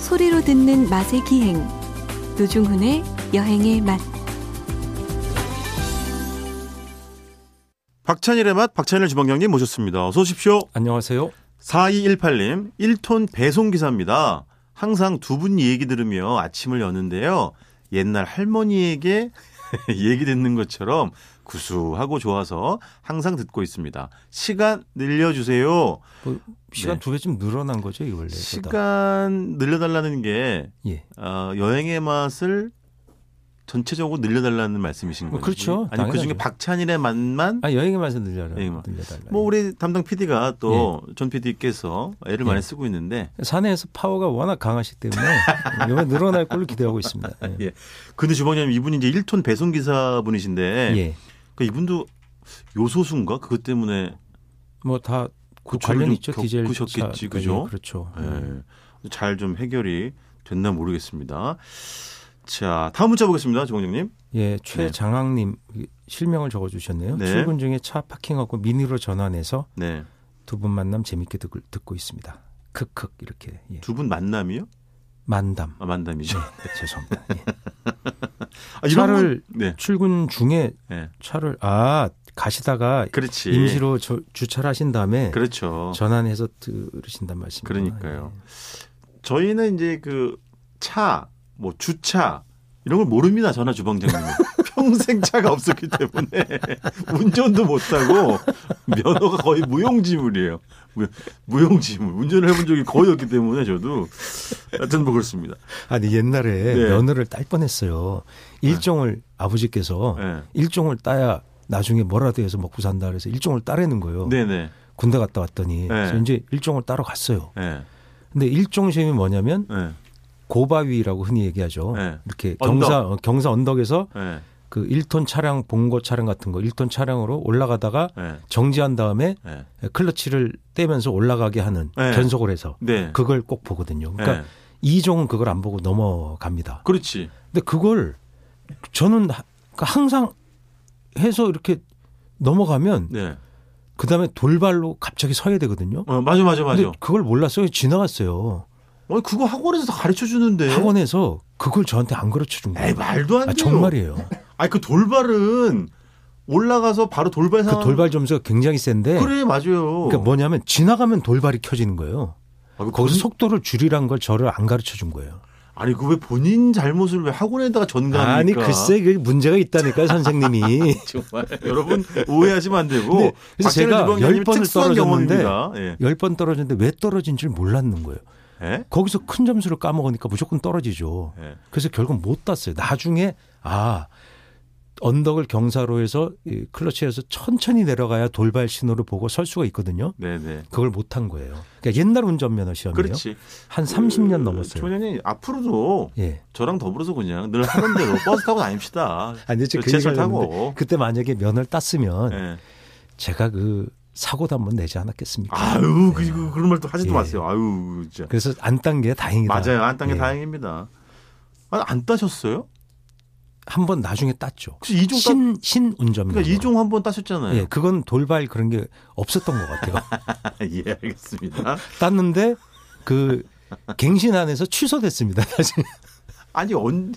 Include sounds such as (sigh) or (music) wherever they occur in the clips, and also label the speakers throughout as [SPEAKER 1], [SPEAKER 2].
[SPEAKER 1] 소리로 듣는 맛의 기행 노중훈의 여행의 맛
[SPEAKER 2] 박찬일의 맛 박찬일 주방장님 모셨습니다. 어서 오십시오.
[SPEAKER 3] 안녕하세요.
[SPEAKER 2] 4218님 1톤 배송기사입니다. 항상 두 분 얘기 들으며 아침을 여는데요. 옛날 할머니에게 (laughs) 얘기 듣는 것처럼 구수하고 좋아서 항상 듣고 있습니다. 시간 늘려주세요.
[SPEAKER 3] 뭐, 시간
[SPEAKER 2] 네.
[SPEAKER 3] 두 배쯤 늘어난 거죠, 이 원래.
[SPEAKER 2] 시간 늘려달라는 게
[SPEAKER 3] 예.
[SPEAKER 2] 어, 여행의 맛을 전체적으로 늘려달라는 말씀이신
[SPEAKER 3] 뭐,
[SPEAKER 2] 거죠?
[SPEAKER 3] 그렇죠.
[SPEAKER 2] 아니 그중에
[SPEAKER 3] 당연하죠.
[SPEAKER 2] 박찬일의 맛만
[SPEAKER 3] 아 여행에 맞서 늘려라.
[SPEAKER 2] 여행에만.
[SPEAKER 3] 늘려달라.
[SPEAKER 2] 뭐 우리 담당 PD가 또
[SPEAKER 3] 예.
[SPEAKER 2] 전 PD께서 애를 많이 쓰고 있는데
[SPEAKER 3] 사내에서 예. 파워가 워낙 강하시기
[SPEAKER 2] (laughs)
[SPEAKER 3] 때문에 이번에 늘어날 걸로 기대하고 있습니다. 예.
[SPEAKER 2] 예. 근데 주방장님 이분이 이제 1톤 배송 기사 분이신데
[SPEAKER 3] 예.
[SPEAKER 2] 그 이분도 요소수인가 그것 때문에
[SPEAKER 3] 뭐다 그
[SPEAKER 2] 고초를
[SPEAKER 3] 관련
[SPEAKER 2] 좀
[SPEAKER 3] 있죠. 디젤
[SPEAKER 2] 그 겪으셨겠지,
[SPEAKER 3] 차.
[SPEAKER 2] 그죠?
[SPEAKER 3] 예, 그렇죠.
[SPEAKER 2] 잘 좀 해결이 됐나 모르겠습니다. 자 다음 문자 보겠습니다, 주방장님.
[SPEAKER 3] 예, 최장학님 실명을 적어주셨네요.
[SPEAKER 2] 네.
[SPEAKER 3] 출근 중에 차 파킹하고 미니로 전환해서
[SPEAKER 2] 네,
[SPEAKER 3] 두 분 만남 재밌게 듣, 듣고 있습니다. 크크 이렇게 예.
[SPEAKER 2] 두 분 만남이요?
[SPEAKER 3] 만담.
[SPEAKER 2] 아, 만남이죠.
[SPEAKER 3] 네, 죄송합니다. 예.
[SPEAKER 2] 아, 이런
[SPEAKER 3] 차를-
[SPEAKER 2] 분- 네,
[SPEAKER 3] 출근 중에
[SPEAKER 2] 네,
[SPEAKER 3] 차를 아 가시다가
[SPEAKER 2] 그렇지.
[SPEAKER 3] 임시로 저- 주차를 하신 다음에
[SPEAKER 2] 예. 그렇죠.
[SPEAKER 3] 전환해서 들으신단 말씀이죠.
[SPEAKER 2] 그러니까요. 아, 예. 저희는 이제 그 차, 뭐 주차 이런 걸 모릅니다. 전화 주방장님. (laughs) 평생 차가 없었기 때문에 (laughs) 운전도 못하고 면허가 거의 무용지물이에요. 무- 무용지물. 운전을 해본 적이 거의 없기 때문에 저도 하여튼 뭐 그렇습니다.
[SPEAKER 3] 아니 옛날에
[SPEAKER 2] 네.
[SPEAKER 3] 면허를 딸 뻔했어요. 일종을 아버지께서
[SPEAKER 2] 네.
[SPEAKER 3] 일종을 따야 나중에 뭐라도 해서 먹고 산다 그래서 일종을 따라는 거예요.
[SPEAKER 2] 네네.
[SPEAKER 3] 군대 갔다 왔더니 그래서 이제 일종을 따러 갔어요.
[SPEAKER 2] 네.
[SPEAKER 3] 근데 일종 시험이 뭐냐면
[SPEAKER 2] 네.
[SPEAKER 3] 고바위라고 흔히 얘기하죠.
[SPEAKER 2] 네.
[SPEAKER 3] 이렇게
[SPEAKER 2] 언덕.
[SPEAKER 3] 경사 어, 경사 언덕에서
[SPEAKER 2] 네.
[SPEAKER 3] 그 1톤 차량 봉고 차량 같은 거 1톤 차량으로 올라가다가
[SPEAKER 2] 네.
[SPEAKER 3] 정지한 다음에
[SPEAKER 2] 네.
[SPEAKER 3] 클러치를 떼면서 올라가게 하는
[SPEAKER 2] 네.
[SPEAKER 3] 변속을 해서
[SPEAKER 2] 네.
[SPEAKER 3] 그걸 꼭 보거든요. 그러니까
[SPEAKER 2] 네.
[SPEAKER 3] 이종은 그걸 안 보고 넘어갑니다.
[SPEAKER 2] 그렇지.
[SPEAKER 3] 근데 그걸 저는 하- 그러니까 항상 해서 이렇게 넘어가면
[SPEAKER 2] 네.
[SPEAKER 3] 그 다음에 돌발로 갑자기 서야 되거든요.
[SPEAKER 2] 어, 맞아, 맞아, 맞아.
[SPEAKER 3] 근데 그걸 몰랐어요. 지나갔어요.
[SPEAKER 2] 어, 그거 학원에서 다 가르쳐 주는데.
[SPEAKER 3] 학원에서 그걸 저한테 안 가르쳐 준
[SPEAKER 2] 네. 에이,
[SPEAKER 3] 거예요.
[SPEAKER 2] 말도 안 돼요.
[SPEAKER 3] 아, 정말이에요.
[SPEAKER 2] 아니 그 돌발은 올라가서 바로 돌발 상황.
[SPEAKER 3] 그 돌발 점수가 굉장히 센데
[SPEAKER 2] 그래 맞아요.
[SPEAKER 3] 그러니까 뭐냐면 지나가면 돌발이 켜지는 거예요.
[SPEAKER 2] 아, 그
[SPEAKER 3] 거기서
[SPEAKER 2] 본-
[SPEAKER 3] 속도를 줄이란 걸 저를 안 가르쳐 준 거예요.
[SPEAKER 2] 아니 그 왜 본인 잘못을 왜 학원에다가 전가합니까?
[SPEAKER 3] 아니 글쎄 그 문제가
[SPEAKER 2] (laughs)
[SPEAKER 3] 있다니까요 선생님이.
[SPEAKER 2] 정말 여러분 오해하시면 안 되고
[SPEAKER 3] 근데 그래서 제가 열 번을
[SPEAKER 2] 특수한
[SPEAKER 3] 떨어졌는데
[SPEAKER 2] 경험입니다. 예.
[SPEAKER 3] 열 번 떨어졌는데 왜 떨어진 줄 몰랐는 거예요.
[SPEAKER 2] 예?
[SPEAKER 3] 거기서 큰 점수를 까먹으니까 무조건 떨어지죠.
[SPEAKER 2] 예.
[SPEAKER 3] 그래서 결국 못 땄어요. 나중에 아 언덕을 경사로 해서 이 클러치에서 천천히 내려가야 돌발 신호를 보고 설 수가 있거든요.
[SPEAKER 2] 네네.
[SPEAKER 3] 그걸 못 한 거예요. 그러니까 옛날 운전면허 시험이에요.
[SPEAKER 2] 그렇지. 그
[SPEAKER 3] 한 30년
[SPEAKER 2] 조
[SPEAKER 3] 넘었어요.
[SPEAKER 2] 장님 앞으로도
[SPEAKER 3] 예.
[SPEAKER 2] 저랑 더불어서 그냥 늘 하던
[SPEAKER 3] (laughs)
[SPEAKER 2] 대로 버스 타고 다닙시다.
[SPEAKER 3] 아니 이제 그
[SPEAKER 2] 지하철
[SPEAKER 3] 얘기를
[SPEAKER 2] 타고.
[SPEAKER 3] 했는데 그때 만약에 면허를 땄으면
[SPEAKER 2] 예.
[SPEAKER 3] 제가 그 사고도 한번 내지 않았겠습니까?
[SPEAKER 2] 아유 그, 그, 그런 말도 하지도
[SPEAKER 3] 예.
[SPEAKER 2] 마세요. 아유 진짜.
[SPEAKER 3] 그래서 안 딴 게 다행이다.
[SPEAKER 2] 맞아요. 안 딴 게
[SPEAKER 3] 예.
[SPEAKER 2] 다행입니다. 아니, 안 따셨어요?
[SPEAKER 3] 한 번 나중에 땄죠.
[SPEAKER 2] 혹시 이종 따-
[SPEAKER 3] 신, 신 운전면허.
[SPEAKER 2] 그러니까 이종 한 번 따셨잖아요. (laughs)
[SPEAKER 3] 음. 예, 그건 돌발 그런 게 없었던 것 같아요.
[SPEAKER 2] 예, 알겠습니다.
[SPEAKER 3] 땄는데 그 갱신 안에서 취소됐습니다. 나중에
[SPEAKER 2] 아니 언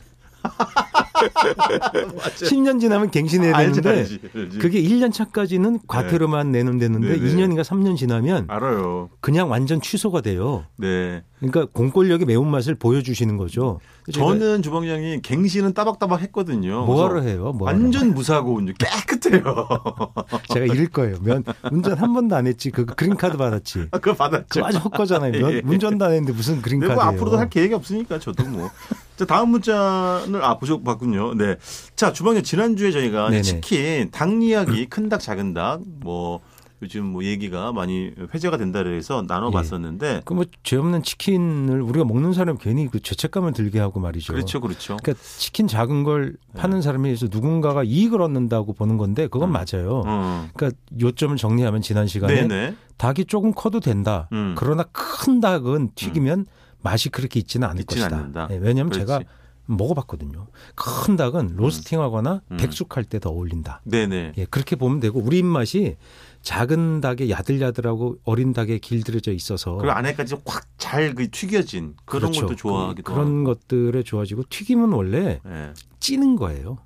[SPEAKER 3] 10년 지나면 갱신해야
[SPEAKER 2] 아, 알지,
[SPEAKER 3] 되는데
[SPEAKER 2] 알지, 알지.
[SPEAKER 3] 네, 그게 1년 차까지는 과태료만 내면 되는데
[SPEAKER 2] 네네.
[SPEAKER 3] 2년인가 3년 지나면
[SPEAKER 2] 알아요.
[SPEAKER 3] 그냥 완전 취소가 돼요.
[SPEAKER 2] 네.
[SPEAKER 3] 그러니까 공권력의 매운맛을 보여주시는 거죠.
[SPEAKER 2] 저는 주방장이 갱신은 따박따박 했거든요.
[SPEAKER 3] 뭐하러
[SPEAKER 2] 그래서
[SPEAKER 3] 해요? 뭐하러
[SPEAKER 2] 완전 무사고 이제 깨끗해요.
[SPEAKER 3] (laughs)
[SPEAKER 2] (laughs)
[SPEAKER 3] 제가 잃을 거예요. 면 운전 한 번도 안 했지. 그 그린카드 받았지.
[SPEAKER 2] 그거 받았죠.
[SPEAKER 3] 그거 아주 헛거잖아요.
[SPEAKER 2] (laughs) 예.
[SPEAKER 3] 면, 운전도 안 했는데 무슨
[SPEAKER 2] 근데 뭐
[SPEAKER 3] 그린카드예요.
[SPEAKER 2] 앞으로도 할 계획이 없으니까 저도 뭐. 자, 다음 문자를 아 보셨 봤군요. 네. 자, 주방장 지난주에 저희가
[SPEAKER 3] 네네.
[SPEAKER 2] 치킨 닭 이야기 큰 닭 작은 닭 뭐 요즘 뭐 얘기가 많이 회자가 된다 그래서 나눠
[SPEAKER 3] 예.
[SPEAKER 2] 봤었는데
[SPEAKER 3] 그뭐죄 없는 치킨을 우리가 먹는 사람 괜히 그 죄책감을 들게 하고 말이죠.
[SPEAKER 2] 그렇죠. 네. 그렇죠.
[SPEAKER 3] 그러니까 치킨 작은 걸 파는 사람에 의해서 누군가가 이익을 얻는다고 보는 건데 그건 맞아요.
[SPEAKER 2] 어.
[SPEAKER 3] 그러니까 요점을 정리하면 지난 시간에
[SPEAKER 2] 네네.
[SPEAKER 3] 닭이 조금 커도 된다.
[SPEAKER 2] 음.
[SPEAKER 3] 그러나 큰 닭은 튀기면 맛이 그렇게 있지는 않을
[SPEAKER 2] 있지는
[SPEAKER 3] 것이다.
[SPEAKER 2] 않는다.
[SPEAKER 3] 예, 왜냐하면
[SPEAKER 2] 그렇지.
[SPEAKER 3] 제가 먹어봤거든요. 큰 닭은 로스팅하거나
[SPEAKER 2] 음.
[SPEAKER 3] 백숙할 때 더 어울린다.
[SPEAKER 2] 네네.
[SPEAKER 3] 예, 그렇게 보면 되고 우리 입맛이 작은 닭에 야들야들하고 어린 닭에 길들여져 있어서
[SPEAKER 2] 그리고 안에까지 확 잘 그 튀겨진 그런
[SPEAKER 3] 그렇죠.
[SPEAKER 2] 것도 좋아하기도
[SPEAKER 3] 그, 런
[SPEAKER 2] 하고.
[SPEAKER 3] 것들에 좋아지고 튀김은 원래
[SPEAKER 2] 예.
[SPEAKER 3] 찌는 거예요.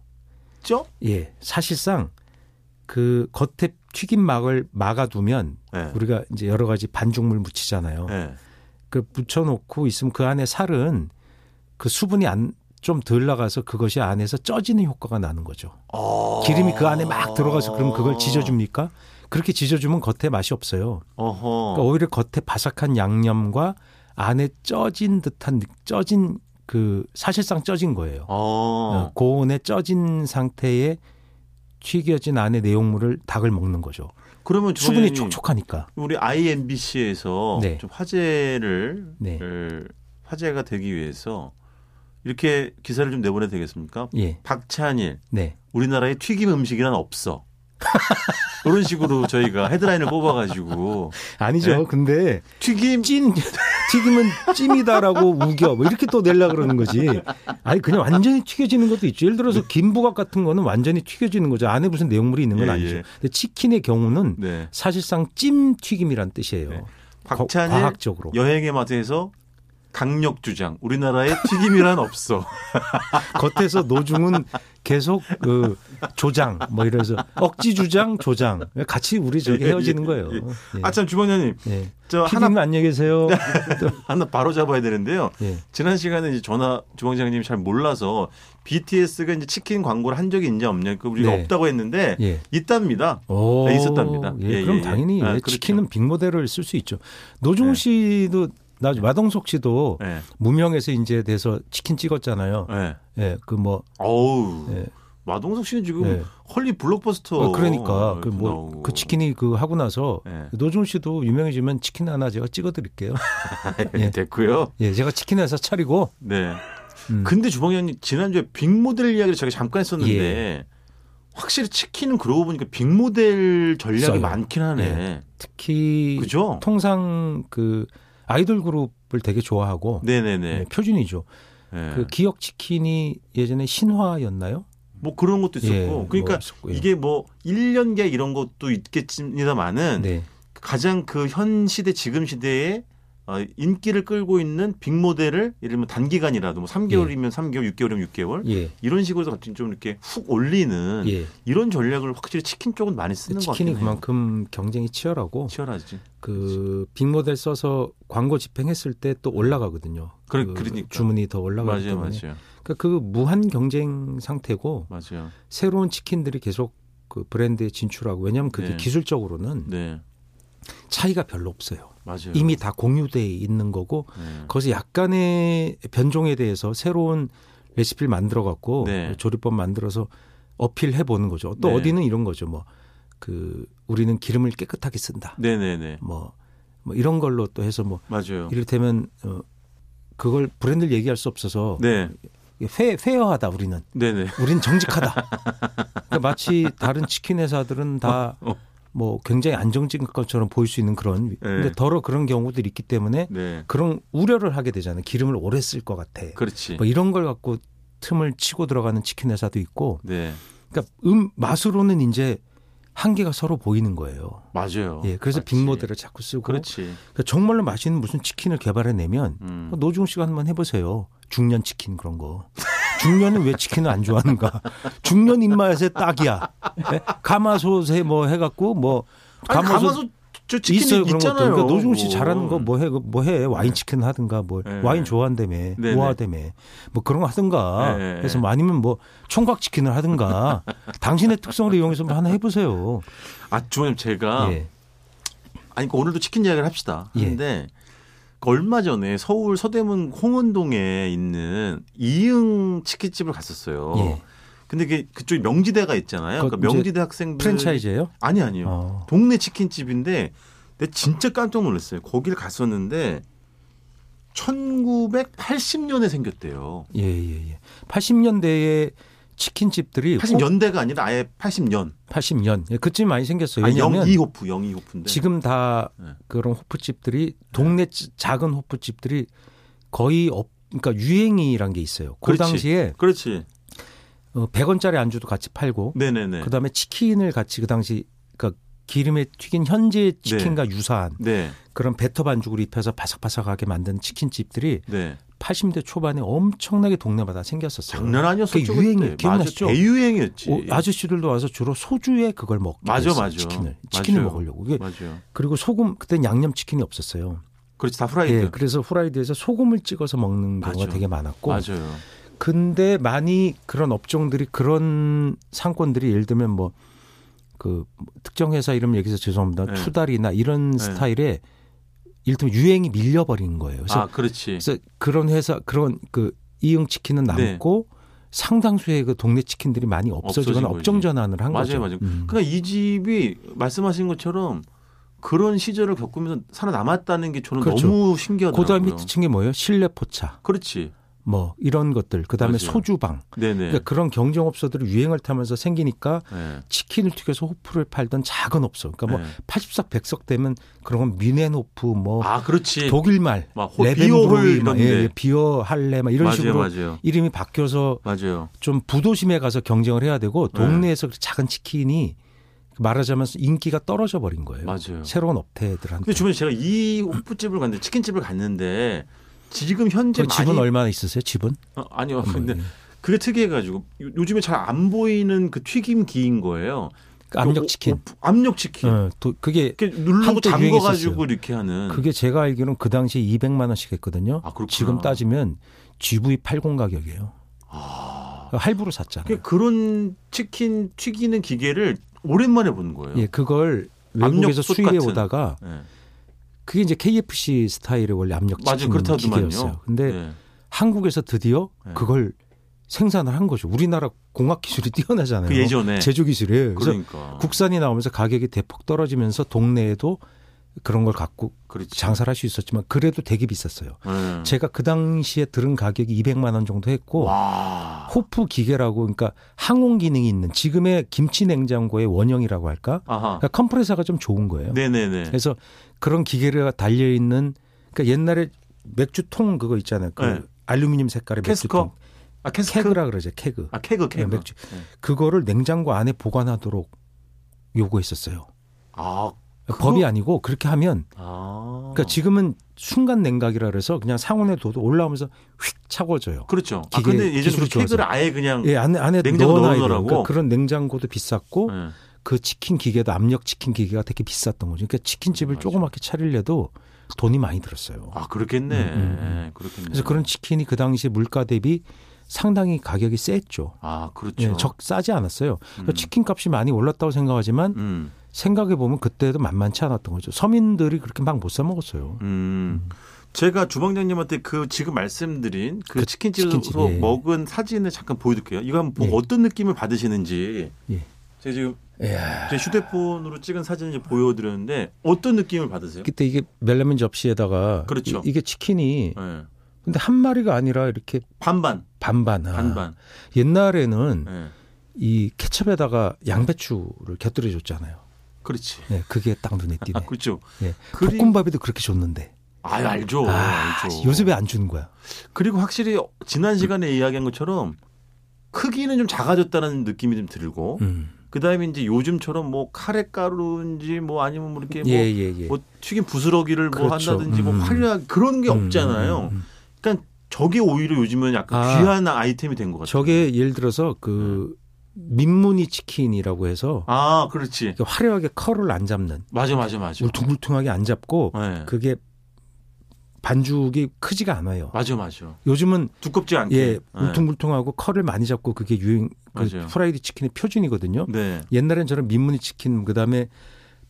[SPEAKER 2] 쪄?
[SPEAKER 3] 예, 사실상 그 겉에 튀김막을 막아두면
[SPEAKER 2] 예.
[SPEAKER 3] 우리가 이제 여러 가지 반죽물 묻히잖아요.
[SPEAKER 2] 예.
[SPEAKER 3] 그 붙여놓고 있으면 그 안에 살은 그 수분이 안 좀 덜 나가서 그것이 안에서 쪄지는 효과가 나는 거죠.
[SPEAKER 2] 어.
[SPEAKER 3] 기름이 그 안에 막 들어가서 그럼 그걸 지져줍니까? 그렇게 지져주면 겉에 맛이 없어요.
[SPEAKER 2] 어허.
[SPEAKER 3] 그러니까 오히려 겉에 바삭한 양념과 안에 쪄진 듯한 느- 쪄진 그 사실상 쪄진 거예요.
[SPEAKER 2] 어.
[SPEAKER 3] 어, 고온에 쪄진 상태에 튀겨진 안에 내용물을 닭을 먹는 거죠.
[SPEAKER 2] 그러면
[SPEAKER 3] 수분이
[SPEAKER 2] 저희는
[SPEAKER 3] 촉촉하니까.
[SPEAKER 2] 우리 IMBC에서
[SPEAKER 3] 네.
[SPEAKER 2] 좀 화제를
[SPEAKER 3] 네.
[SPEAKER 2] 을, 화제가 되기 위해서 이렇게 기사를 좀 내보내 되겠습니까?
[SPEAKER 3] 예.
[SPEAKER 2] 박찬일
[SPEAKER 3] 네.
[SPEAKER 2] 우리나라에 튀김 음식이란 없어.
[SPEAKER 3] (laughs)
[SPEAKER 2] 이런 식으로 저희가 헤드라인을 뽑아가지고
[SPEAKER 3] 아니죠.
[SPEAKER 2] 네.
[SPEAKER 3] 근데
[SPEAKER 2] 튀김
[SPEAKER 3] 찜 튀김은 찜이다라고 우겨 뭐 이렇게 또 내려 그러는 거지. 아니 그냥 완전히 튀겨지는 것도 있죠. 예를
[SPEAKER 2] 네.
[SPEAKER 3] 들어서 김부각 같은 거는 완전히 튀겨지는 거죠. 안에 무슨 내용물이 있는 건
[SPEAKER 2] 예,
[SPEAKER 3] 아니죠.
[SPEAKER 2] 예.
[SPEAKER 3] 근데 치킨의 경우는
[SPEAKER 2] 네.
[SPEAKER 3] 사실상 찜 튀김이란 뜻이에요.
[SPEAKER 2] 네.
[SPEAKER 3] 거-
[SPEAKER 2] 박찬일
[SPEAKER 3] 과학적으로.
[SPEAKER 2] 여행의 맛에서 강력 주장 우리나라에 튀김이란 없어.
[SPEAKER 3] 겉에서 노중은 계속 그 조장 뭐 이래서 억지 주장 조장 (laughs) 같이 우리 저기
[SPEAKER 2] 예,
[SPEAKER 3] 헤어지는
[SPEAKER 2] (laughs) 예,
[SPEAKER 3] 거예요.
[SPEAKER 2] 예.
[SPEAKER 3] 예.
[SPEAKER 2] 아 참 주방장님
[SPEAKER 3] 예.
[SPEAKER 2] 저 하나 네.
[SPEAKER 3] 피디님 안녕히 계세요.
[SPEAKER 2] 하나 바로 잡아야 되는데요. (laughs)
[SPEAKER 3] 예.
[SPEAKER 2] 지난 시간에 이제 전화 주방장님이 잘 몰라서 BTS가 이제 치킨 광고를 한 적이 있냐 없냐 그 우리가
[SPEAKER 3] 네.
[SPEAKER 2] 없다고 했는데
[SPEAKER 3] 예.
[SPEAKER 2] 있답니다.
[SPEAKER 3] 오,
[SPEAKER 2] 네, 있었답니다.
[SPEAKER 3] 예,
[SPEAKER 2] 예,
[SPEAKER 3] 그럼
[SPEAKER 2] 예, 예.
[SPEAKER 3] 당연히
[SPEAKER 2] 아,
[SPEAKER 3] 예,
[SPEAKER 2] 그렇죠.
[SPEAKER 3] 치킨은 빅모델을 쓸 수 있죠. 노중
[SPEAKER 2] 네.
[SPEAKER 3] 씨도 나 마동석 씨도
[SPEAKER 2] 예.
[SPEAKER 3] 무명에서 이제 돼서 치킨 찍었잖아요.
[SPEAKER 2] 예.
[SPEAKER 3] 예, 그 뭐
[SPEAKER 2] 어우
[SPEAKER 3] 예.
[SPEAKER 2] 마동석 씨는 지금
[SPEAKER 3] 네.
[SPEAKER 2] 헐리 블록버스터
[SPEAKER 3] 어, 그러니까 그 뭐
[SPEAKER 2] 나오고.
[SPEAKER 3] 그
[SPEAKER 2] (laughs)
[SPEAKER 3] 치킨이 그 하고 나서
[SPEAKER 2] 네.
[SPEAKER 3] 노중 씨도 유명해지면 치킨 하나 제가 찍어드릴게요.
[SPEAKER 2] 예, 됐고요.
[SPEAKER 3] 예, 제가 치킨 회사 차리고
[SPEAKER 2] 네.
[SPEAKER 3] 음.
[SPEAKER 2] 근데 주방장님 지난주에 빅모델 이야기를 제가 잠깐 했었는데
[SPEAKER 3] 예.
[SPEAKER 2] 확실히 치킨은 그러고 보니까 빅모델 전략이
[SPEAKER 3] 써요. 예.
[SPEAKER 2] 많긴 하네.
[SPEAKER 3] 특히
[SPEAKER 2] 그죠?
[SPEAKER 3] 어. 통상 그 아이돌 그룹을 되게 좋아하고 예,
[SPEAKER 2] 네네네.
[SPEAKER 3] 표준이죠.
[SPEAKER 2] 예.
[SPEAKER 3] 그 기억 치킨이 예전에 신화였나요?
[SPEAKER 2] 뭐 그런 것도 있었고.
[SPEAKER 3] 예, 뭐
[SPEAKER 2] 그러니까
[SPEAKER 3] 있었고요.
[SPEAKER 2] 이게 뭐 1년계 이런 것도 있겠습니다만은
[SPEAKER 3] 네.
[SPEAKER 2] 가장 그 현 시대 지금 시대에 어, 인기를 끌고 있는 빅모델을 예를 들면 단기간이라도 뭐 3개월이면 3개월, 6개월이면 6개월
[SPEAKER 3] 예.
[SPEAKER 2] 이런 식으로 해서 같은 좀 이렇게 훅 올리는
[SPEAKER 3] 예. 그
[SPEAKER 2] 이런 전략을 확실히 치킨 쪽은 많이 쓰는 것
[SPEAKER 3] 치킨이
[SPEAKER 2] 음, 같아요.
[SPEAKER 3] 그만큼 경쟁이 치열하고
[SPEAKER 2] 치열하지.
[SPEAKER 3] 그 빅모델 써서 광고 집행했을 때 또 올라가거든요.
[SPEAKER 2] 그래, 그러니까.
[SPEAKER 3] 주문이 더 올라가기
[SPEAKER 2] 맞아요,
[SPEAKER 3] 때문에.
[SPEAKER 2] 맞아요,
[SPEAKER 3] 그러니까 그 무한 경쟁 상태고
[SPEAKER 2] 맞아요.
[SPEAKER 3] 새로운 치킨들이 계속 그 브랜드에 진출하고 왜냐하면 그게
[SPEAKER 2] 네.
[SPEAKER 3] 기술적으로는
[SPEAKER 2] 네,
[SPEAKER 3] 차이가 별로 없어요.
[SPEAKER 2] 맞아요.
[SPEAKER 3] 이미 다 공유돼 있는 거고
[SPEAKER 2] 네.
[SPEAKER 3] 거기서 약간의 변종에 대해서 새로운 레시피를 만들어 갖고
[SPEAKER 2] 네.
[SPEAKER 3] 조리법 만들어서 어필해 보는 거죠. 또
[SPEAKER 2] 네.
[SPEAKER 3] 어디는 이런 거죠. 뭐 그 우리는 기름을 깨끗하게 쓴다.
[SPEAKER 2] 네, 네, 네,
[SPEAKER 3] 뭐, 뭐 이런 걸로 또 해서 뭐
[SPEAKER 2] 맞아요.
[SPEAKER 3] 이를테면 어, 그걸 브랜드를 얘기할 수 없어서
[SPEAKER 2] 네,
[SPEAKER 3] 페, 페어하다 우리는
[SPEAKER 2] 네, 네. (laughs)
[SPEAKER 3] 우린 정직하다. 그러니까 마치 다른 치킨 회사들은
[SPEAKER 2] 어.
[SPEAKER 3] 다 뭐 굉장히 안정적인 것처럼 보일 수 있는 그런 근데 더러 그런 경우들이 있기 때문에
[SPEAKER 2] 네,
[SPEAKER 3] 그런 우려를 하게 되잖아요. 기름을 오래 쓸 것 같아.
[SPEAKER 2] 그렇지.
[SPEAKER 3] 뭐 이런 걸 갖고 틈을 치고 들어가는 치킨 회사도 있고,
[SPEAKER 2] 네,
[SPEAKER 3] 그러니까 음 맛으로는 이제 한계가 서로 보이는 거예요.
[SPEAKER 2] 맞아요.
[SPEAKER 3] 예, 그래서
[SPEAKER 2] 맞지.
[SPEAKER 3] 빅모델을 자꾸 쓰고,
[SPEAKER 2] 어, 그렇지.
[SPEAKER 3] 그러니까 정말로 맛있는 무슨 치킨을 개발해내면 어,
[SPEAKER 2] 음.
[SPEAKER 3] 노중 씨가 한번 해보세요. 중년 치킨 그런 거. 중년은 왜 치킨을 안 좋아하는가? 중년 입맛에 딱이야. 예? 가마솥에 뭐 해갖고 뭐
[SPEAKER 2] 아니,
[SPEAKER 3] 가마솥,
[SPEAKER 2] 가마솥 저 치킨이
[SPEAKER 3] 있어요 그런 것도.
[SPEAKER 2] 있잖아요.
[SPEAKER 3] 그러니까 노중 씨
[SPEAKER 2] 뭐.
[SPEAKER 3] 잘하는 거 뭐 해, 뭐 해. 와인 치킨 하든가 뭐
[SPEAKER 2] 네.
[SPEAKER 3] 와인 좋아한다며.
[SPEAKER 2] 네,
[SPEAKER 3] 좋아하다며. 뭐 그런 거 하든가.
[SPEAKER 2] 네.
[SPEAKER 3] 그래서 뭐 아니면 뭐 총각
[SPEAKER 2] (laughs)
[SPEAKER 3] 치킨을 하든가. 당신의 특성을 이용해서 뭐 하나 해보세요.
[SPEAKER 2] 아, 주원님 제가
[SPEAKER 3] 예.
[SPEAKER 2] 아니 그 오늘도 치킨 이야기를 합시다.
[SPEAKER 3] 예.
[SPEAKER 2] 근데 그 얼마 전에 서울 서대문 홍은동에 있는 이응 치킨집을 갔었어요.
[SPEAKER 3] 예.
[SPEAKER 2] 근데 그게 그쪽에 명지대가 있잖아요.
[SPEAKER 3] 그
[SPEAKER 2] 그러니까
[SPEAKER 3] 이제
[SPEAKER 2] 명지대 학생들
[SPEAKER 3] 프랜차이즈예요?
[SPEAKER 2] 아니 아니요.
[SPEAKER 3] 어.
[SPEAKER 2] 동네 치킨집인데 근데 진짜 깜짝 놀랐어요. 거길 갔었는데 1980년에 생겼대요.
[SPEAKER 3] 예, 예, 예. 80년대에 치킨집들이
[SPEAKER 2] 80년대가 아니라 아예 80년.
[SPEAKER 3] 80년. 예, 그쯤 많이 생겼어요.
[SPEAKER 2] 아니
[SPEAKER 3] 왜냐면
[SPEAKER 2] 02호프, 02호프인데.
[SPEAKER 3] 지금 다
[SPEAKER 2] 네.
[SPEAKER 3] 그런 호프집들이 동네 찌- 작은 호프집들이 거의 없, 그러니까 유행이란 게 있어요. 그
[SPEAKER 2] 그렇지.
[SPEAKER 3] 당시에
[SPEAKER 2] 그렇지.
[SPEAKER 3] 어, 100원짜리 안주도 같이 팔고
[SPEAKER 2] 네네네.
[SPEAKER 3] 그 그다음에 치킨을 같이 그 당시 그러니까 기름에 튀긴 현재 치킨과 유사한
[SPEAKER 2] 네.
[SPEAKER 3] 그런 베터 반죽을 입혀서 바삭바삭하게 만든 치킨집들이
[SPEAKER 2] 네.
[SPEAKER 3] 80대 초반에 엄청나게 동네마다 생겼었어요.
[SPEAKER 2] 장난 아니었어.
[SPEAKER 3] 그게 유행이에요. 기억나시죠?
[SPEAKER 2] 대유행이었지.
[SPEAKER 3] 어, 아저씨들도 와서 주로 소주에 그걸 먹고
[SPEAKER 2] 맞아,
[SPEAKER 3] 그랬어요.
[SPEAKER 2] 맞아.
[SPEAKER 3] 치킨을 치킨을
[SPEAKER 2] 맞아요.
[SPEAKER 3] 먹으려고. 그게
[SPEAKER 2] 맞아요.
[SPEAKER 3] 그리고 소금 그때 양념 치킨이 없었어요.
[SPEAKER 2] 그렇지 다 프라이드.
[SPEAKER 3] 예, 그래서 후라이드에서 소금을 찍어서 먹는 경우가
[SPEAKER 2] 맞아.
[SPEAKER 3] 되게 많았고
[SPEAKER 2] 맞아요.
[SPEAKER 3] 근데 많이 그런 업종들이 그런 상권들이 예를 들면 뭐 그 특정 회사 이름 얘기해서 죄송합니다.
[SPEAKER 2] 네.
[SPEAKER 3] 투다리나 이런 스타일의 예를 들면 유행이 밀려버린 거예요. 그래서,
[SPEAKER 2] 아 그렇지.
[SPEAKER 3] 그래서 그런 회사 그런 그 이응 치킨은
[SPEAKER 2] 네.
[SPEAKER 3] 남고 상당수의 그 동네 치킨들이 많이
[SPEAKER 2] 없어진
[SPEAKER 3] 없어지거나
[SPEAKER 2] 거지.
[SPEAKER 3] 업종 전환을 한
[SPEAKER 2] 맞아요,
[SPEAKER 3] 거죠.
[SPEAKER 2] 맞아요.
[SPEAKER 3] 음.
[SPEAKER 2] 그러니까 이 집이 말씀하신 것처럼 그런 시절을 겪으면서 살아남았다는 게 저는
[SPEAKER 3] 그렇죠.
[SPEAKER 2] 너무 신기하더라고요.
[SPEAKER 3] 그다음 밑에 층게 뭐예요? 실내 포차
[SPEAKER 2] 그렇지.
[SPEAKER 3] 뭐 이런 것들 그다음에
[SPEAKER 2] 맞아요.
[SPEAKER 3] 소주방
[SPEAKER 2] 네네.
[SPEAKER 3] 그러니까 그런 경쟁업소들이 유행을 타면서 생기니까
[SPEAKER 2] 네.
[SPEAKER 3] 치킨을 튀겨서 호프를 팔던 작은 업소. 그러니까 뭐
[SPEAKER 2] 네.
[SPEAKER 3] 80석 100석 되면 그런 건 미넨호프 뭐
[SPEAKER 2] 아 그렇지.
[SPEAKER 3] 독일말
[SPEAKER 2] 막 호- 비오홀
[SPEAKER 3] 레벤브루이 막
[SPEAKER 2] 이런데.
[SPEAKER 3] 예, 예, 비어 할래 막 이런
[SPEAKER 2] 맞아요,
[SPEAKER 3] 식으로
[SPEAKER 2] 맞아요.
[SPEAKER 3] 이름이 바뀌어서
[SPEAKER 2] 맞아요.
[SPEAKER 3] 좀 부도심에 가서 경쟁을 해야 되고 동네에서 그 작은 치킨이 말하자면 인기가 떨어져 버린 거예요.
[SPEAKER 2] 맞아요.
[SPEAKER 3] 새로운 업태들한테.
[SPEAKER 2] 근데 주변에 제가 이 호프집을 갔는데 치킨집을 갔는데 지금 현재
[SPEAKER 3] 그 집은
[SPEAKER 2] 많이
[SPEAKER 3] 얼마나 있으세요? 집은?
[SPEAKER 2] 어, 아니요.
[SPEAKER 3] 뭐,
[SPEAKER 2] 근데
[SPEAKER 3] 예.
[SPEAKER 2] 그게 특이해가지고 요- 요즘에 잘 안 보이는 그 튀김기인 거예요.
[SPEAKER 3] 그 압력
[SPEAKER 2] 오-
[SPEAKER 3] 치킨.
[SPEAKER 2] 오- 압력 치킨.
[SPEAKER 3] 어, 또 그게
[SPEAKER 2] 이렇게 누르고
[SPEAKER 3] 한때
[SPEAKER 2] 잠궈가지고
[SPEAKER 3] 유행했었어요.
[SPEAKER 2] 이렇게 하는.
[SPEAKER 3] 그게 제가 알기로는 그 당시에 200만 원씩 했거든요.
[SPEAKER 2] 음. 아, 그렇구나.
[SPEAKER 3] 지금 따지면 GV80 가격이에요. 그러니까 할부로 샀잖아요.
[SPEAKER 2] 아. 그게 그런 치킨 튀기는 기계를 오랜만에 본 거예요.
[SPEAKER 3] 예, 그걸
[SPEAKER 2] 압력
[SPEAKER 3] 외국에서
[SPEAKER 2] 솥
[SPEAKER 3] 수입해
[SPEAKER 2] 같은.
[SPEAKER 3] 오다가
[SPEAKER 2] 예.
[SPEAKER 3] 그게 이제 KFC 스타일의 원래 압력
[SPEAKER 2] 맞아요.
[SPEAKER 3] 그 치킨 기계였어요.
[SPEAKER 2] 그렇다더만요.
[SPEAKER 3] 근데
[SPEAKER 2] 예.
[SPEAKER 3] 한국에서 드디어
[SPEAKER 2] 네.
[SPEAKER 3] 그걸 생산을 한 거죠. 우리나라 공학 기술이 뛰어나잖아요.
[SPEAKER 2] 그 예전에
[SPEAKER 3] 네. 제조 기술이. 그래서
[SPEAKER 2] 그러니까
[SPEAKER 3] 국산이 나오면서 가격이 대폭 떨어지면서 동네에도 그런 걸 갖고
[SPEAKER 2] 그렇지.
[SPEAKER 3] 장사를 할 수 있었지만 그래도 되게 비쌌어요.
[SPEAKER 2] 예.
[SPEAKER 3] 제가 그 당시에 들은 가격이 200만 원 정도 했고
[SPEAKER 2] 와.
[SPEAKER 3] 호프 기계라고 그러니까 항온 기능이 있는 지금의 김치 냉장고의 원형이라고 할까?
[SPEAKER 2] 아하.
[SPEAKER 3] 그러니까 컴프레서가 좀 좋은 거예요.
[SPEAKER 2] 네네네.
[SPEAKER 3] 그래서 그런 기계가 달려 있는 그러니까 옛날에 맥주통 그거 있잖아요. 그
[SPEAKER 2] 네.
[SPEAKER 3] 알루미늄 색깔의
[SPEAKER 2] 캐스커?
[SPEAKER 3] 맥주통
[SPEAKER 2] 아 캐스크.
[SPEAKER 3] 캐그라 그러죠. 캐그.
[SPEAKER 2] 아 캐그
[SPEAKER 3] 예,
[SPEAKER 2] 캐그.
[SPEAKER 3] 맥주. 그거를 냉장고 안에 보관하도록 요구했었어요. 그러니까
[SPEAKER 2] 아. 그거-
[SPEAKER 3] 법이 아니고 그렇게 하면
[SPEAKER 2] 아.
[SPEAKER 3] 그러니까 지금은 순간 냉각이라 그래서 그냥 상온에 둬도 올라오면 올라오면서 휙 차고져요.
[SPEAKER 2] 그렇죠. 아
[SPEAKER 3] 기계
[SPEAKER 2] 근데 예전에 그
[SPEAKER 3] 기술이 좋아서.
[SPEAKER 2] 캐그를 아예 그냥
[SPEAKER 3] 예, 안에 안에
[SPEAKER 2] 냉장고
[SPEAKER 3] 넣어놔야 돼요.
[SPEAKER 2] 넣어놓으라고?
[SPEAKER 3] 그러니까 그런 냉장고도 비쌌고
[SPEAKER 2] 예.
[SPEAKER 3] 그 치킨 기계도 압력 치킨 기계가 되게 비쌌던 거죠. 그러니까 치킨집을
[SPEAKER 2] 맞아.
[SPEAKER 3] 조그맣게 차리려도 돈이 많이 들었어요.
[SPEAKER 2] 아 그렇겠네.
[SPEAKER 3] 음, 음,
[SPEAKER 2] 예, 그렇겠네.
[SPEAKER 3] 그래서 그런 치킨이 그 당시 물가 대비 상당히 가격이 셌죠.
[SPEAKER 2] 아 그렇죠.
[SPEAKER 3] 예, 적 싸지 않았어요. 그러니까
[SPEAKER 2] 음.
[SPEAKER 3] 치킨 값이 많이 올랐다고 생각하지만
[SPEAKER 2] 음.
[SPEAKER 3] 생각해 보면 그때도 만만치 않았던 거죠. 서민들이 그렇게 막 못 사 먹었어요.
[SPEAKER 2] 음. 제가 주방장님한테 그 지금 말씀드린 그,
[SPEAKER 3] 그
[SPEAKER 2] 치킨집에서
[SPEAKER 3] 치킨집, 예.
[SPEAKER 2] 먹은 사진을 잠깐 보여드릴게요. 이거 한번 보고
[SPEAKER 3] 예.
[SPEAKER 2] 어떤 느낌을 받으시는지.
[SPEAKER 3] 예.
[SPEAKER 2] 제가 지금 제 휴대폰으로 찍은 사진을 이제 보여드렸는데 어떤 느낌을 받으세요?
[SPEAKER 3] 그때 이게 멜라민 접시에다가
[SPEAKER 2] 그렇죠.
[SPEAKER 3] 이, 게 치킨이
[SPEAKER 2] 예.
[SPEAKER 3] 근데 한 마리가 아니라 이렇게
[SPEAKER 2] 반반,
[SPEAKER 3] 반반. 아,
[SPEAKER 2] 반반.
[SPEAKER 3] 옛날에는
[SPEAKER 2] 예.
[SPEAKER 3] 이 케첩에다가 양배추를 곁들여 줬잖아요.
[SPEAKER 2] 그렇지.
[SPEAKER 3] 네, 그게 딱 눈에 띄네.
[SPEAKER 2] 그렇죠.
[SPEAKER 3] 예.
[SPEAKER 2] 그리-
[SPEAKER 3] 볶음밥에도 그렇게 줬는데.
[SPEAKER 2] 아 알죠.
[SPEAKER 3] 아,
[SPEAKER 2] 알죠.
[SPEAKER 3] 요새 왜 안 주는 거야?
[SPEAKER 2] 그리고 확실히 지난 시간에 이야기한 것처럼 크기는 좀 작아졌다는 느낌이 좀 들고
[SPEAKER 3] 음.
[SPEAKER 2] 그다음에 이제 요즘처럼 뭐 카레 가루인지 뭐 아니면 뭐 이렇게 뭐,
[SPEAKER 3] 예예 예.
[SPEAKER 2] 뭐 튀긴 부스러기를 뭐
[SPEAKER 3] 그렇죠.
[SPEAKER 2] 한다든지 뭐
[SPEAKER 3] 음.
[SPEAKER 2] 화려한 그런 게
[SPEAKER 3] 음,
[SPEAKER 2] 없잖아요.
[SPEAKER 3] 음, 음.
[SPEAKER 2] 그러니까 저게 오히려 요즘은 약간
[SPEAKER 3] 아.
[SPEAKER 2] 귀한 아이템이 된 것 같아요.
[SPEAKER 3] 저게 예를 들어서 그 민무늬 치킨이라고 해서
[SPEAKER 2] 아 그렇지.
[SPEAKER 3] 이렇게 화려하게 컬을 안 잡는
[SPEAKER 2] 맞아 맞아 맞아.
[SPEAKER 3] 울퉁불퉁하게 안 잡고
[SPEAKER 2] 네.
[SPEAKER 3] 그게 반죽이 크지가 않아요.
[SPEAKER 2] 맞아 맞아. 요즘은
[SPEAKER 3] 요즘은
[SPEAKER 2] 두껍지 않게. 네.
[SPEAKER 3] 예 울퉁불퉁하고 컬을 많이 잡고 그게 유행 그
[SPEAKER 2] 맞아요.
[SPEAKER 3] 프라이드 치킨의 표준이거든요.
[SPEAKER 2] 네.
[SPEAKER 3] 옛날엔 저런 민무늬 치킨 그다음에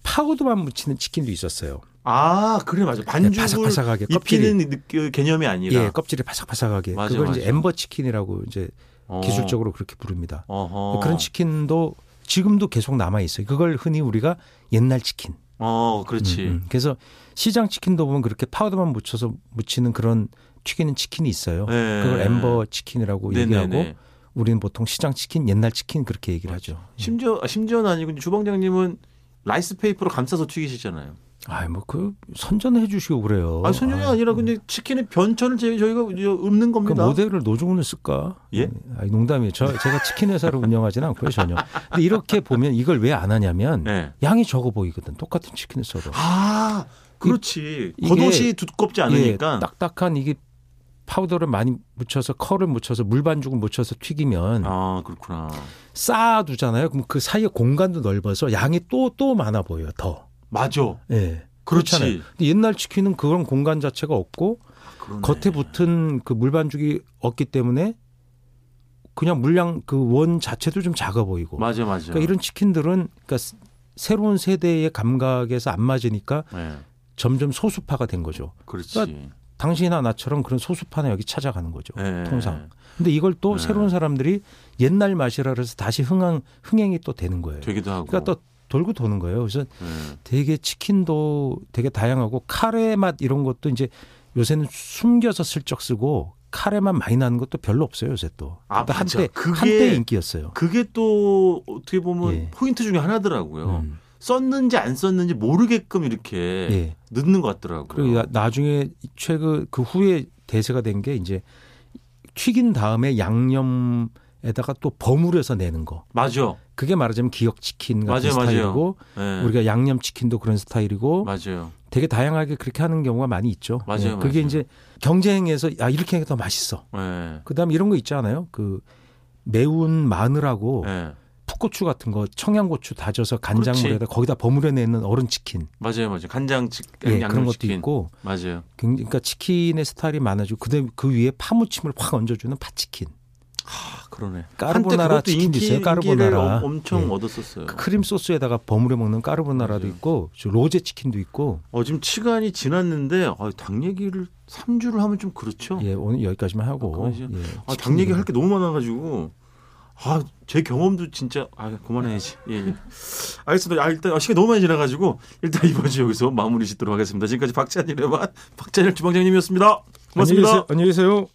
[SPEAKER 3] 파고드만 묻히는 치킨도 있었어요.
[SPEAKER 2] 아 그래 맞아.
[SPEAKER 3] 네,
[SPEAKER 2] 반죽을
[SPEAKER 3] 바삭바삭하게 껍질이
[SPEAKER 2] 입히는 느- 그 개념이 아니라
[SPEAKER 3] 예, 껍질이 바삭바삭하게
[SPEAKER 2] 맞아,
[SPEAKER 3] 그걸 이제
[SPEAKER 2] 맞아.
[SPEAKER 3] 엠버 치킨이라고 이제
[SPEAKER 2] 어.
[SPEAKER 3] 기술적으로 그렇게 부릅니다.
[SPEAKER 2] 어허.
[SPEAKER 3] 그런 치킨도 지금도 계속 남아 있어요. 그걸 흔히 우리가 옛날 치킨.
[SPEAKER 2] 어 그렇지.
[SPEAKER 3] 음, 음. 그래서 시장 치킨도 보면 그렇게 파우더만 묻혀서 묻히는 그런 튀기는 치킨이 있어요.
[SPEAKER 2] 네.
[SPEAKER 3] 그걸 엠버 치킨이라고 뭐 얘기하고
[SPEAKER 2] 네네네.
[SPEAKER 3] 우리는 보통 시장 치킨, 옛날 치킨 그렇게 얘기를 하죠. 예.
[SPEAKER 2] 심지어 아, 심지어는 아니고 주방장님은 라이스 페이퍼로 감싸서 튀기시잖아요.
[SPEAKER 3] 아이 뭐 그 선전해 주시고 그래요.
[SPEAKER 2] 아, 선전이
[SPEAKER 3] 어, 아이,
[SPEAKER 2] 아니라 근데 치킨의 변천을 저희- 저희가 이제 읊는
[SPEAKER 3] 그
[SPEAKER 2] 겁니다.
[SPEAKER 3] 모델을 노종훈을 쓸까?
[SPEAKER 2] 예?
[SPEAKER 3] 아이 농담이에요. 저 제가 치킨 회사를 운영하지는 않고요 전혀. 근데 이렇게 보면 이걸 왜 안 하냐면
[SPEAKER 2] 네.
[SPEAKER 3] 양이 적어 보이거든. 똑같은 치킨을 써도.
[SPEAKER 2] 아, 그렇지.
[SPEAKER 3] 이-
[SPEAKER 2] 겉옷이
[SPEAKER 3] 이게-
[SPEAKER 2] 두껍지 않으니까.
[SPEAKER 3] 예, 딱딱한 이게 파우더를 많이 묻혀서 컬을 묻혀서 물반죽을 묻혀서 튀기면
[SPEAKER 2] 아, 그렇구나.
[SPEAKER 3] 쌓아두잖아요. 그럼 그 사이에 공간도 넓어서 양이 또 또 많아 보여요. 더.
[SPEAKER 2] 맞아.
[SPEAKER 3] 예.
[SPEAKER 2] 그렇지.
[SPEAKER 3] 그렇잖아요. 근데 옛날 치킨은 그런 공간 자체가 없고
[SPEAKER 2] 그러네.
[SPEAKER 3] 겉에 붙은 그 물반죽이 없기 때문에 그냥 물량 그 원 자체도 좀 작아 보이고.
[SPEAKER 2] 맞아, 맞아.
[SPEAKER 3] 그러니까 이런 치킨들은 그러니까 스- 새로운 세대의 감각에서 안 맞으니까
[SPEAKER 2] 네,
[SPEAKER 3] 점점 소수파가 된 거죠.
[SPEAKER 2] 그렇지.
[SPEAKER 3] 그러니까 당신이나 나처럼 그런 소수파나 여기 찾아가는 거죠.
[SPEAKER 2] 네.
[SPEAKER 3] 통상. 근데 이걸 또
[SPEAKER 2] 네.
[SPEAKER 3] 새로운 사람들이 옛날 맛이라 그래서 다시 흥행 흥행이 또 되는 거예요.
[SPEAKER 2] 되기도 하고.
[SPEAKER 3] 그러니까 또 돌고 도는 거예요. 그래서
[SPEAKER 2] 네.
[SPEAKER 3] 되게 치킨도 되게 다양하고 카레 맛 이런 것도 이제 요새는 숨겨서 슬쩍 쓰고 카레 맛 많이 나는 것도 별로 없어요 요새 또.
[SPEAKER 2] 아,
[SPEAKER 3] 그러니까
[SPEAKER 2] 맞아.
[SPEAKER 3] 한때
[SPEAKER 2] 그게-
[SPEAKER 3] 한때 인기였어요.
[SPEAKER 2] 그게 또 어떻게 보면
[SPEAKER 3] 예.
[SPEAKER 2] 포인트 중에 하나더라고요.
[SPEAKER 3] 음.
[SPEAKER 2] 썼는지 안 썼는지 모르게끔 이렇게
[SPEAKER 3] 예.
[SPEAKER 2] 넣는 것 같더라고요.
[SPEAKER 3] 그리고 아- 나- 나중에 최근 그 후에 대세가 된 게 이제 튀긴 다음에 양념에다가 또 버무려서 내는 거.
[SPEAKER 2] 맞아.
[SPEAKER 3] 그게 말하자면 기역 치킨 같은
[SPEAKER 2] 맞아요, 맞아요.
[SPEAKER 3] 스타일이고
[SPEAKER 2] 예.
[SPEAKER 3] 우리가 양념 치킨도 그런 스타일이고
[SPEAKER 2] 맞아요.
[SPEAKER 3] 되게 다양하게 그렇게 하는 경우가 많이 있죠.
[SPEAKER 2] 맞아요,
[SPEAKER 3] 예, 그게
[SPEAKER 2] 맞아요.
[SPEAKER 3] 이제 경쟁에서 야 이렇게 하는 게더 맛있어.
[SPEAKER 2] 예.
[SPEAKER 3] 그다음 에 이런 거 있잖아요. 그 매운 마늘하고
[SPEAKER 2] 예.
[SPEAKER 3] 풋고추 같은 거 청양고추 다져서 간장물에다
[SPEAKER 2] 그렇지.
[SPEAKER 3] 거기다 버무려 내는 어른 치킨
[SPEAKER 2] 맞아요, 맞아요. 간장 치
[SPEAKER 3] 예,
[SPEAKER 2] 양념
[SPEAKER 3] 그런 것도
[SPEAKER 2] 치킨.
[SPEAKER 3] 있고
[SPEAKER 2] 맞아요.
[SPEAKER 3] 굉장히- 그러니까 치킨의 스타일이 많아지고 그다음 그 위에 파무침을 확 얹어주는 파치킨
[SPEAKER 2] 아, 그러네.
[SPEAKER 3] 까르보나라
[SPEAKER 2] 한때 그것도
[SPEAKER 3] 치킨도
[SPEAKER 2] 인기,
[SPEAKER 3] 있어요, 까르보나라.
[SPEAKER 2] 인기를 엄- 엄청
[SPEAKER 3] 예.
[SPEAKER 2] 얻었었어요.
[SPEAKER 3] 그 크림 소스에다가 버무려 먹는 까르보나라도
[SPEAKER 2] 네. 맞아요.
[SPEAKER 3] 있고 저 로제 치킨도 있고
[SPEAKER 2] 어, 지금 시간이 지났는데 아, 당 얘기를 3주를 하면 좀 그렇죠.
[SPEAKER 3] 예, 오늘 여기까지만 하고.
[SPEAKER 2] 아,
[SPEAKER 3] 예,
[SPEAKER 2] 그러시죠. 아, 당 얘기 할 게 너무 많아가지고 아, 제 경험도 진짜 아, 그만해야지. 예, 예. 알겠습니다. 아, 일단 시간 너무 많이 지나가지고 일단 이번 주 여기서 마무리 짓도록 하겠습니다. 지금까지 박찬일의 맛 박찬일 주방장님이었습니다. 고맙습니다.
[SPEAKER 3] 안녕히 계세요.